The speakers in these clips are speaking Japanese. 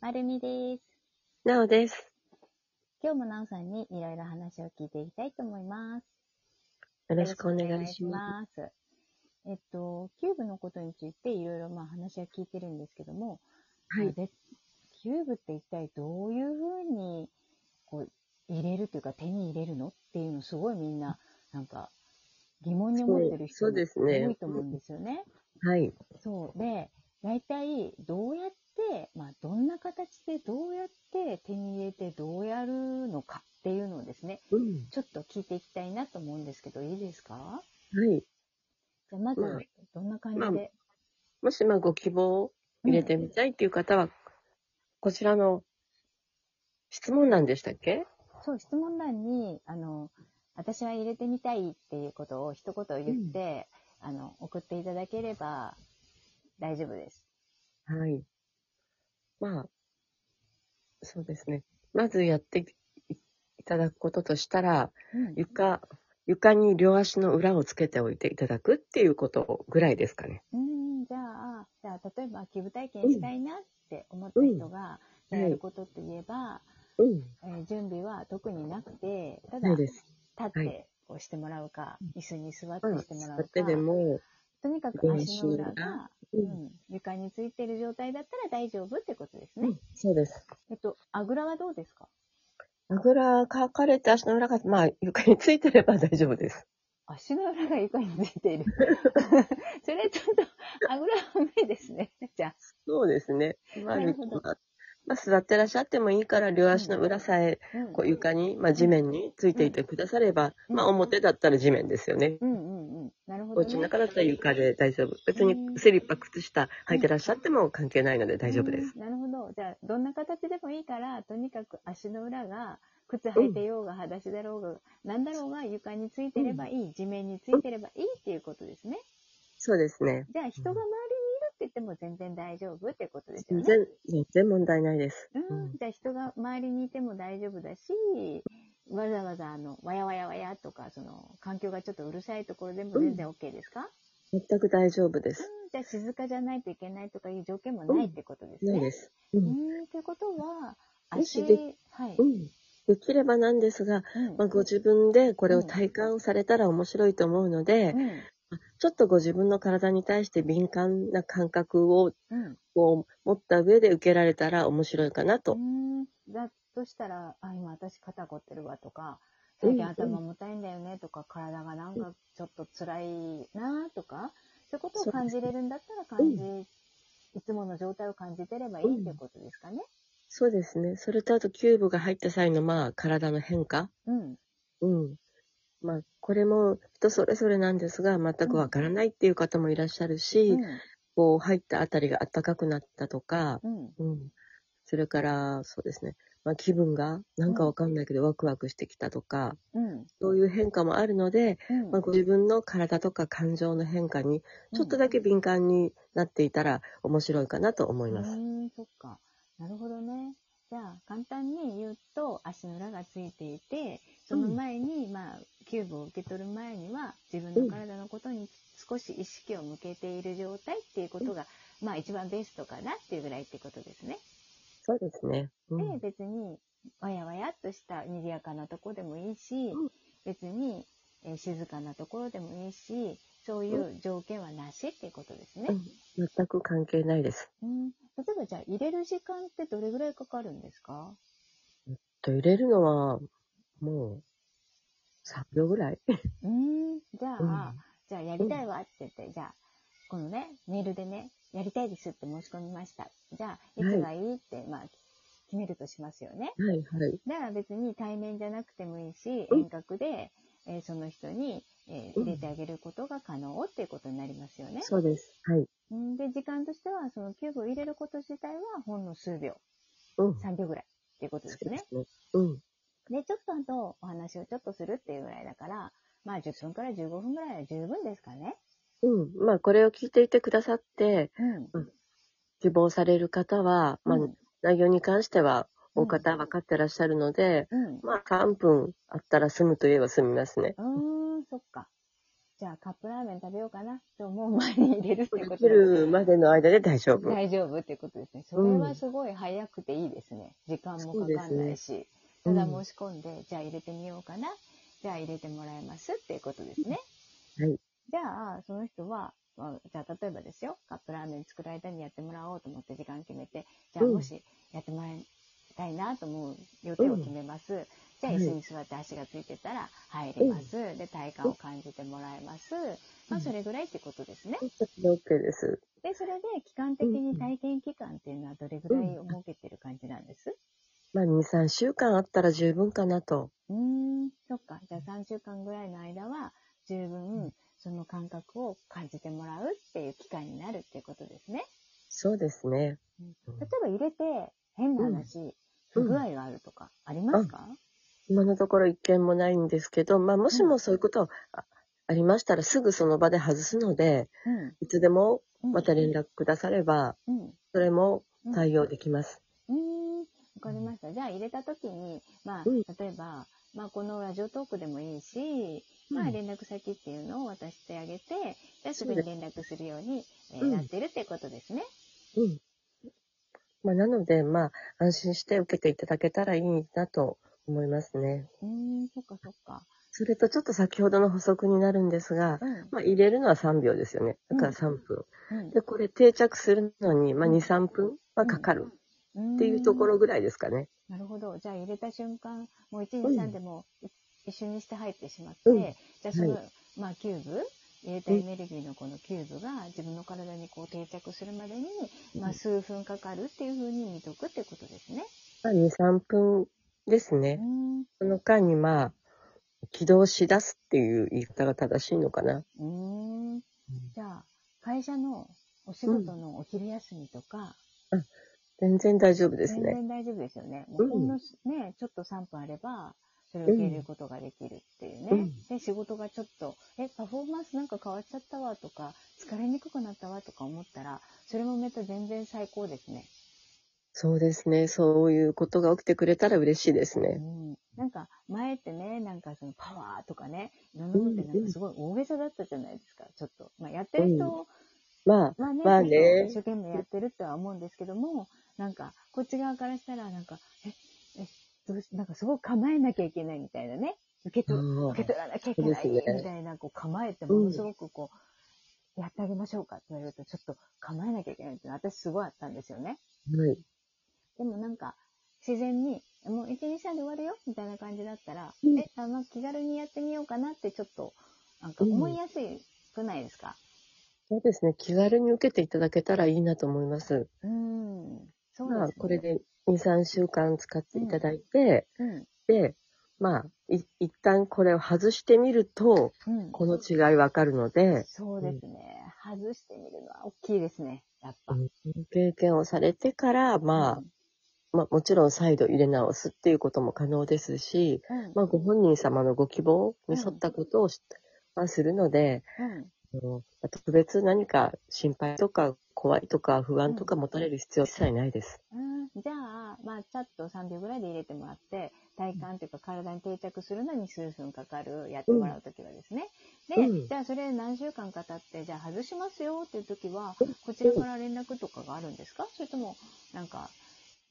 まるみです。なおです。今日もなおさんにいろいろ話を聞いていきたいと思います。。よろしくお願いしますえっと、キューブのことについていろいろまあ話は聞いてるんですけども、す。はまあい。でキューブって一体どういうふうにこう入れるというか手に入れるのっていうのすごいみんななんか疑問に思ってる人そうそうですね多いと思うんですよね。はい。そう。で、大体、どうやって、まあ、どんな形でどうやって手に入れてどうやるのかっていうのをですね、うん。ちょっと聞いていきたいなと思うんですけど、いいですかはい。じゃあ、まずまあ、どんな感じまあで、もし、まあ、ご希望を入れてみたいっていう方は、こちらの質問欄でしたっけそう、質問欄に、あの、私は入れてみたいっていうことを一言言って、あの、送っていただければ大丈夫です。はい。まあ、そうですね。まずやっていいただくこととしたら、うん床、床に両足の裏をつけておいていただくっていうことぐらいですかね。うん、じゃあ、じゃあ、例えば、キューブ体験したいなって思った人が、うんやることといえば、うん。えー準備は特になくて、ただ、そう立です。っはていこうしてもらうか、椅子に座っうん。てしてもら使うっか、てでも、とにかく足の裏練習がが、ううんん、床についてる状態だったら大丈夫ってことですね。うんそうです。えっと、あぐらはどうですかあぐらかかれて足の裏が、まあ、床についてれば大丈夫です。足の裏が床についている。それちょっと、あぐらは無理ですね。じゃあ、 そうですね。まあ、なるほどまあまあ座ってらっしゃってもいいから、両足の裏さえ、うんこう床に、まあ、地面についていてくだされば、うんまあ、表だったら地面ですよね。うんうんうん。なるほおど、家のね。中だったら床で大丈夫。別にうんスリッパ、靴下履いてらっしゃっても関係ないので大丈夫です。うん。なるほど。じゃあ、どんな形でもいいから、とにかく足の裏が、靴履いてようが、裸足だろうが、なんだろうが、床についてればいい、地面についてればいいっていうことですね。そうですね。じゃあ、人が周りにいるって言っても全然大丈夫ってことですよ全ね。然、全然問題ないです。うん、じゃあ、人が周りにいても大丈夫だし、わざわざ、あの、わやわやわやとか、その、環境がちょっとうるさいところでも全然 OK ですか、うん、全く大丈夫です。じゃあ、静かじゃないといけないとかいう条件もないってことですないねで。す。う。うんん、ということは、も足、しではい。うん。できればなんですが、うんまあ、ご自分でこれを体感されたら面白いと思うので、うちょっとご自分の体に対して敏感な感覚をんこう持った上で受けられたら面白いかなと。うん、だとしたら、あ、今私肩凝ってるわとか、最近うんうん頭重たいんだよねとか、体がなんかちょっと辛いなとか、そういうことをそうです感じれるんだったら感じ、いつもの状態を感じてればいいっていうことですかね。そうですね。それとあとキューブが入った際のまあ体の変化。うん。うん。まあこれも人それぞれなんですが、全くわからないっていう方もいらっしゃるし、うん。こう入ったあたりが暖かくなったとか、うん。うん。それからそうですね。まあ気分がなんかわかんないけどワクワクしてきたとか、うん。そういう変化もあるので、うんまあ、ご自分の体とか感情の変化にちょっとだけ敏感になっていたら面白いかなと思いまうす。ーん、そっか。なるほどね。じゃあ、簡単に言うと、足の裏がついていて、その前に、まあ、キューブを受け取る前には、自分の体のことに少し意識を向けている状態っていうことが、まあ、一番ベストかなっていうぐらいってことですね。そうですね。うんで、別に、わやわやっとした賑やかなとこでもいいしうん、別に、えー静かなところでもいいし、そういう条件はなしっていうことですね。うん全く関係ないです。うん、例えばじゃあ入れる時間ってどれぐらいかかるんですかと入れるのはもう3秒ぐらい。うん、じゃあ、うんじゃあやりたいわって言って、じゃあ、このね、メールでね、やりたいですって申し込みました。じゃあ、いつがいいって、まあ、決めるとしますよね。はいはい。だから別に対面じゃなくてもいいし、うん遠隔で、えーその人に、えーうん入れてあげることが可能っていうことになりますよね。そうです。はい。うんで、時間としては、そのキューブを入れること自体は、ほんの数秒、うん。 3秒ぐらいっていうことですね。そうですねうん。で、ちょっとあとお話をちょっとするっていうぐらいだから、まあ10分から15分ぐらいは十分ですかね。うん。まあこれを聞いていてくださってうん。希望される方は、まあうん内容に関してはうんお方分かってらっしゃるので、うん。まあ3分あったら済むといえば済みますね。うーん、そっか。じゃあカップラーメン食べようかなって思う前に入れるっていうことできでるまでの間で大丈夫。大丈夫っていうことですね。それはすごい早くていいですね。時間もかかんないし。そうですねただうん申し込んで、じゃあ入れてみようかな。じゃあ入れてもらえますっていうことですね。はい。じゃあ、その人は、まあじゃあ例えばですよ、カップラーメン作る間にやってもらおうと思って時間決めて、じゃあうんもしやってもらいたいなと思う予定を決めます。じゃあはい椅子に座って足がついてたら入れます。で、体感を感じてもらえます。まあうんそれぐらいっていうことですね。で OK です。で、それで期間的にうん体験期間っていうのはどれぐらいを設けてる感じなんですまあ、2、3週間あったら十分かなと。うーん、そっか。じゃあ3週間ぐらいの間は十分その感覚を感じてもらうっていう期間になるっていうことですね。そうですね。うん例えば入れて変な話、不具合があるとかありますか、今のところ一件もないんですけど、まあ、もしもそういうことあありましたら、すぐその場で外すので、うん、いつでもうん。また連絡くだされば、うん。それも対応できます。うーん、わかりました。じゃあ入れた時に、まあ、うん例えば、まあ、このラジオトークでもいいし、うんまあ、連絡先っていうのを渡してあげて、じゃあすぐに連絡するように、えーうんなってるってことですね。うん。まあ、なので、まあ、安心して受けていただけたらいいなと思いますね。うーん、そっかそっか。それとちょっと先ほどの補足になるんですが、うん。まあ、入れるのは3秒ですよね。だから3分。うんで、これ定着するのに、まあ、2、3分はかかるっていうとこ。ーんろぐらいですかね。なるほど。じゃあ入れた瞬間、もう1、う2、ん3でもい一瞬にして入ってしまって、うんじゃあその、はまあ、キューブ、入れたエネルギーのこのキューブが自分の体にこう定着するまでに、まあ、数分かかるっていうふうに見とくってことですね。まあ、2、3分ですうね。ん。その間に、まあ、起動し出すっていう言い方が正しいのかな。うん。じゃあ、会社のお仕事のお昼休みとか、全然大丈夫です全ね。然大丈夫ですよね。もううんほんのすね、ちょっと3分あれば、それを受け入れることができるっていうね。うんで、仕事がちょっと、え、パフォーマンスなんか変わっちゃったわとか、疲れにくくなったわとか思ったら、それもまた全然最高ですね。そうですね。そういうことが起きてくれたら嬉しいですうね。ん。なんか、前ってね、なんかそのパワーとかね、いろんなものってなんかすごい大げさだったじゃないですか、ちょっと。まあ、やってる人、うんまあ、まあね、まあねちょっと一生懸命やってるとは思うんですけども、なんか、こっち側からしたら、なんか、え、え、どうし、なんかすごく構えなきゃいけないみたいなね。受けとうん受け取らなきゃいけないそうですねみたいな、こう構えて、ものすごくこう、やってあげましょうかって言われると、ちょっと構えなきゃいけないっていうのは、私すごいあったんですよね。はい。でもなんか、自然に、もう1、2、3で終わるよみたいな感じだったら、うんえ、あまあ気軽にやってみようかなって、ちょっと、なんか思いやすくないですか、そうですね。気軽に受けていただけたらいいなと思います。うん、ん。そうですね。まあ、これで2、3週間使っていただいて、うん。で、まあ、い一旦これを外してみると、うん、この違いわかるので、そうですね、外してみるのは大きいですね。やっぱ。経験をされてから、まあ、まあ、もちろん再度入れ直すっていうことも可能ですし、あ、うん。まあ、ご本人様のご希望に沿ったことをし、まあ、するので、うんあの特別何か心配とか怖いとか不安とか持たれる必要は一切ないです。うんじゃあ、まあ、ちょっと3秒ぐらいで入れてもらって、体感というか体に定着するのに数分かかる、やってもらうときはですね。で、うんじゃあそれ何週間か経って、じゃあ外しますよっていうときは、こちらから連絡とかがあるんですかそれとも、なんか、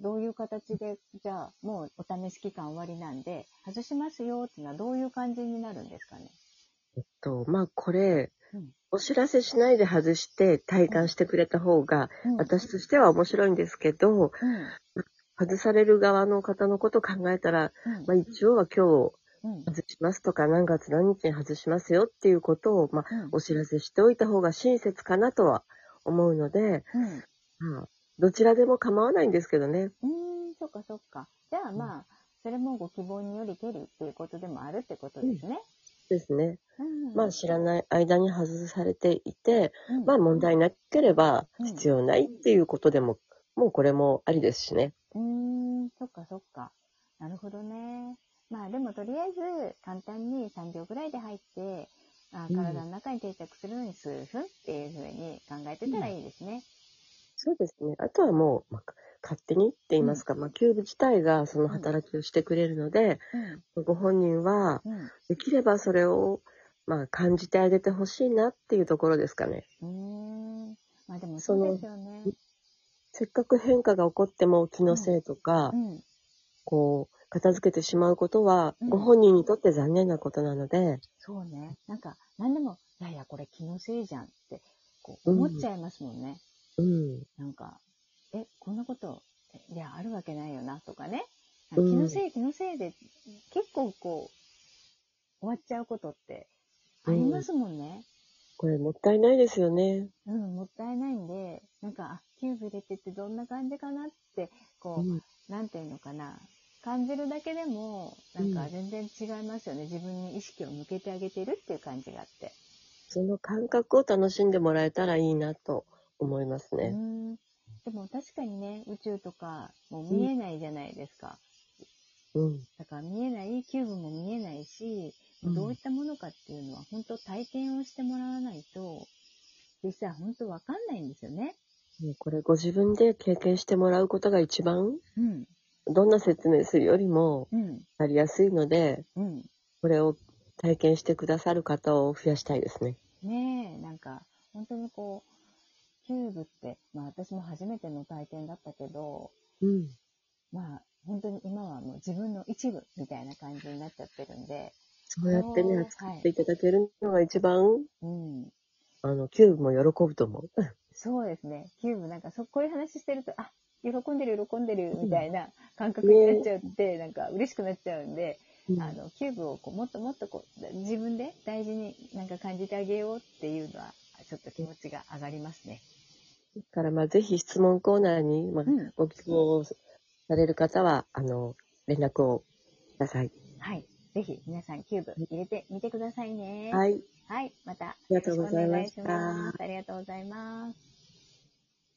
どういう形で、じゃあもうお試し期間終わりなんで、外しますよっていうのはどういう感じになるんですかねえっと、まあ、これうん、お知らせしないで外して体感してくれた方が、うん私としては面白いんですけうど、ん外される側の方のことを考えたら、うんまあ、一応は今日うん外しますとか、何月何日に外しますよっていうことを、まあ、うんお知らせしておいた方が親切かなとは思うので、うんまあ、どちらでも構わないんですけどうね。ーん、そっかそっか。じゃあまあ、それもご希望によりけりっていうことでもあるってことですね。ですね。うん。まあ、知らない間に外されていて、うんまあ、問題なければうん必要ないっていうことでも、もうこれもありですしね。うーん、そっかそっか。なるほどね。まあでもとりあえず簡単に3秒ぐらいで入って、あうん体の中に定着するのに数分っていうふうに考えてたらいいですね。そうですね。あとはもう、まあ、勝手にって言いますか、まあ、キューブ自体がその働きをしてくれるので、ご本人は、うん。うん。できればそれを、まあ、感じてあげてほしいなっていうところですかね。うーん。まあでもそうですよね。せっかく変化が起こっても気のせいとか、うん。こう、片付けてしまうことは、うんご本人にとって残念なことなので、そうね。なんか、何でも、いやいや、これ気のせいじゃんって、こう、思っちゃいますもんね。うん。なんか、え、こんなこと、えいや、あるわけないよな、とかね。気うんのせい、気のせいで、結構こう、終わっちゃうことって、ありますもんね。これもったいないですよね。うん、もったいないんで、なんか、あ、キューブ入れてってどんな感じかなって、こう、うんなんていうのかな。感じるだけでも、なんか全然違いますよね。自分に意識を向けてあげてるっていう感じがあって。その感覚を楽しんでもらえたらいいなと思いますうね。ん。でも確かにね、宇宙とか、もう見えないじゃないですか。うん。だから見えない、キューブも見えないし、うんどういったものかっていうのは、本当体験をしてもらわないと、実際本当わかんないんですよね。もうこれご自分で経験してもらうことが一番、うん。どんな説明するよりも、うん。やりやすいので、うん。これを体験してくださる方を増やしたいですね。ねえ、なんか、本当にこう、キューブって、まあ私も初めての体験だったけど、うん。まあ、本当に今はもう自分の一部みたいな感じになっちゃってるんで、そうやってあね、ー扱っていただけるのが一番、うん。あの、キューブも喜ぶと思う。そうですね。キューブなんかそ、こういう話してると、あ、喜んでる喜んでるみたいな感覚になっちゃって、なんか嬉しくなっちゃうんで、 あの、キューブをこうもっともっとこう、自分で大事になんか感じてあげようっていうのは、ちょっと気持ちが上がりますね。だから、まあ、ぜひ質問コーナーに、まあうん、ご希望される方は、あの、連絡をください。はい。ぜひ皆さんキューブ入れてみてくださいね。。はいい。はい。また。ありがとうございましたよろくお願いしますありがとうございます。